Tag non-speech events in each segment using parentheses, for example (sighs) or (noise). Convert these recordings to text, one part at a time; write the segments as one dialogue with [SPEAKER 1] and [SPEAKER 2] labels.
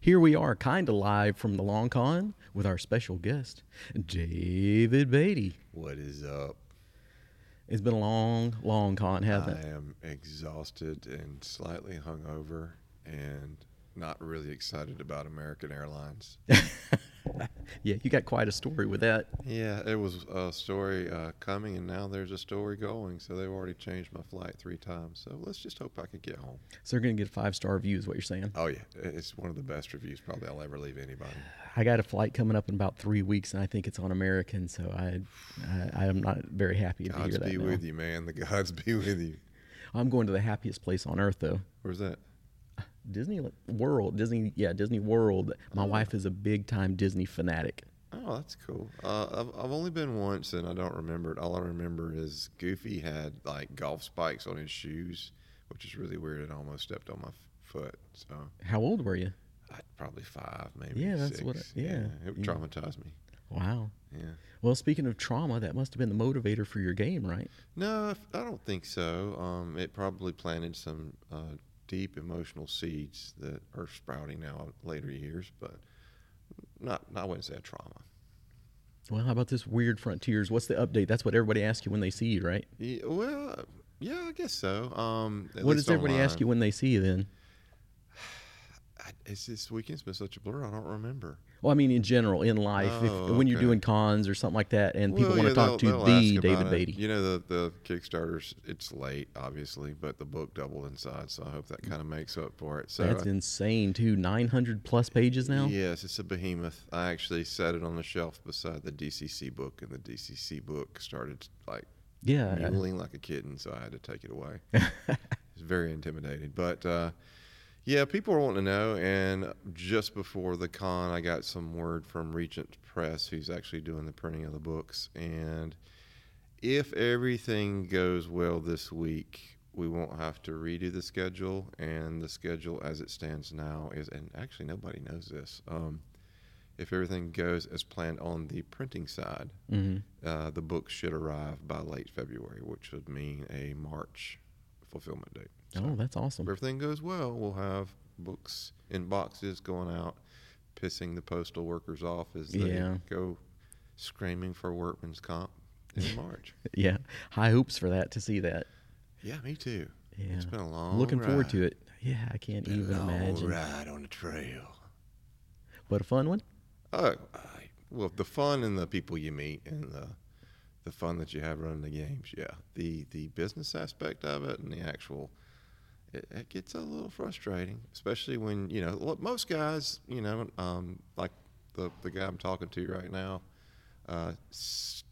[SPEAKER 1] Here we are, kind of live from the Long Con with our special guest, David Beatty.
[SPEAKER 2] What is up?
[SPEAKER 1] It's been a long, long con, hasn't
[SPEAKER 2] I
[SPEAKER 1] it?
[SPEAKER 2] am exhausted and slightly hungover and not really excited about
[SPEAKER 1] (laughs)
[SPEAKER 2] American Airlines.
[SPEAKER 1] Yeah, you got quite a story with that.
[SPEAKER 2] yeah, it was a story uh, coming and now there's a story going. So they've already changed my flight three times. So let's just hope I can get home.
[SPEAKER 1] So they're going to get five star reviews, what you're saying.
[SPEAKER 2] Oh, yeah. it- It's one of the best reviews probably I'll ever leave anybody.
[SPEAKER 1] I got a flight coming up in about three weeks, and I think it's on American, so I, I I'm not very happy to
[SPEAKER 2] Gods
[SPEAKER 1] hear that.
[SPEAKER 2] be
[SPEAKER 1] now.
[SPEAKER 2] with you, man. The gods (laughs) be with you.
[SPEAKER 1] I'm going to the happiest place on earth, though.
[SPEAKER 2] Where's that?
[SPEAKER 1] Disney World, Disney, yeah, Disney World. My wife is a big time Disney fanatic.
[SPEAKER 2] Oh, that's cool. Uh, I've, I've only been once and I don't remember it. All I remember is Goofy had like golf spikes on his shoes, which is really weird. It almost stepped on my f- foot. So
[SPEAKER 1] How old were you?
[SPEAKER 2] I'd probably five, maybe.
[SPEAKER 1] Yeah, that's
[SPEAKER 2] six.
[SPEAKER 1] what I- yeah,
[SPEAKER 2] It
[SPEAKER 1] yeah.
[SPEAKER 2] traumatized me.
[SPEAKER 1] Wow.
[SPEAKER 2] Yeah.
[SPEAKER 1] Well, speaking of trauma, that must have been the motivator for your game, right?
[SPEAKER 2] No, if- I don't think so. Um, it probably planted some uh, deep emotional seeds that are sprouting now in later years, but not, I wouldn't say a trauma.
[SPEAKER 1] Well, how about this weird frontiers? What's the update? That's what everybody asks you when they see you, right?
[SPEAKER 2] Yeah, well, yeah, I guess so. Um, at
[SPEAKER 1] what
[SPEAKER 2] least
[SPEAKER 1] does everybody ask
[SPEAKER 2] online.
[SPEAKER 1] you when they see you then?
[SPEAKER 2] I, it's this weekend's been such a blur. I don't remember.
[SPEAKER 1] Well, I mean, in general, in life, if,
[SPEAKER 2] Oh,
[SPEAKER 1] when you're
[SPEAKER 2] okay.
[SPEAKER 1] doing cons or something like that, and people
[SPEAKER 2] Well,
[SPEAKER 1] want
[SPEAKER 2] yeah,
[SPEAKER 1] to talk
[SPEAKER 2] they'll-
[SPEAKER 1] to
[SPEAKER 2] they'll
[SPEAKER 1] the
[SPEAKER 2] ask
[SPEAKER 1] David
[SPEAKER 2] about it.
[SPEAKER 1] Beatty.
[SPEAKER 2] You know the the Kickstarters. It's late, obviously, but the book doubled in size, so I hope that kind of makes up for it. So
[SPEAKER 1] That's
[SPEAKER 2] I-
[SPEAKER 1] insane, too. 900 plus pages now?
[SPEAKER 2] Yes, it's a behemoth. I actually set it on the shelf beside the DCC book, and the DCC book started like
[SPEAKER 1] Yeah.
[SPEAKER 2] mewling like a kitten, so I had to take it away. It's very intimidating, but uh, yeah, people are wanting to know. And just before the con, I got some word from Regent Press, who's actually doing the printing of the books. And if everything goes well this week, we won't have to redo the schedule. And the schedule, as it stands now, is and actually nobody knows this. Um, if everything goes as planned on the printing side,
[SPEAKER 1] hmm
[SPEAKER 2] uh, the books should arrive by late February, which would mean a March fulfillment date.
[SPEAKER 1] Oh, that's
[SPEAKER 2] If
[SPEAKER 1] awesome.
[SPEAKER 2] everything goes well, we'll have books in boxes going out, pissing the postal workers off as they
[SPEAKER 1] Yeah.
[SPEAKER 2] go screaming for workman's comp
[SPEAKER 1] (laughs)
[SPEAKER 2] in March.
[SPEAKER 1] Yeah. High hopes for that to see that.
[SPEAKER 2] yeah, me too.
[SPEAKER 1] Yeah.
[SPEAKER 2] It's been a long
[SPEAKER 1] Looking forward
[SPEAKER 2] ride.
[SPEAKER 1] to it. Yeah, I can't even
[SPEAKER 2] long
[SPEAKER 1] imagine.
[SPEAKER 2] ride on the trail.
[SPEAKER 1] But a fun one?
[SPEAKER 2] Oh, I- well, the fun and the people you meet and the the fun that you have running the games. Yeah, the the business aspect of it and the actual. It, it gets a little frustrating, especially when you know look, most guys. You know, um, like the the guy I'm talking to right now, uh,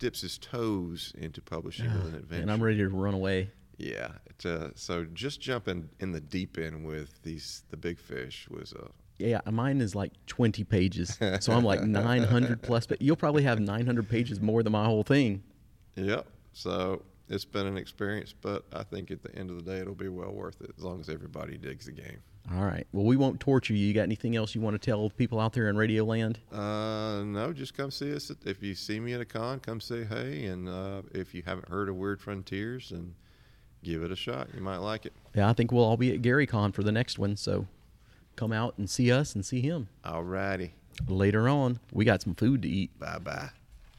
[SPEAKER 2] dips his toes into publishing
[SPEAKER 1] (sighs)
[SPEAKER 2] with an adventure.
[SPEAKER 1] And I'm ready to run away.
[SPEAKER 2] Yeah. It's, uh, so just jumping in the deep end with these the big fish was a
[SPEAKER 1] Yeah, mine is like 20 pages. So I'm like 900 plus, but you'll probably have 900 pages more than my whole thing.
[SPEAKER 2] Yep. So it's been an experience, but I think at the end of the day, it'll be well worth it as long as everybody digs the game.
[SPEAKER 1] All right. Well, we won't torture you. You got anything else you want to tell people out there in Radio Land?
[SPEAKER 2] Uh, no, just come see us. If you see me at a con, come say hey. And uh, if you haven't heard of Weird Frontiers, and give it a shot. You might like it.
[SPEAKER 1] Yeah, I think we'll all be at GaryCon for the next one. So come out and see us and see him.
[SPEAKER 2] Alrighty.
[SPEAKER 1] Later on, we got some food to eat.
[SPEAKER 2] Bye bye.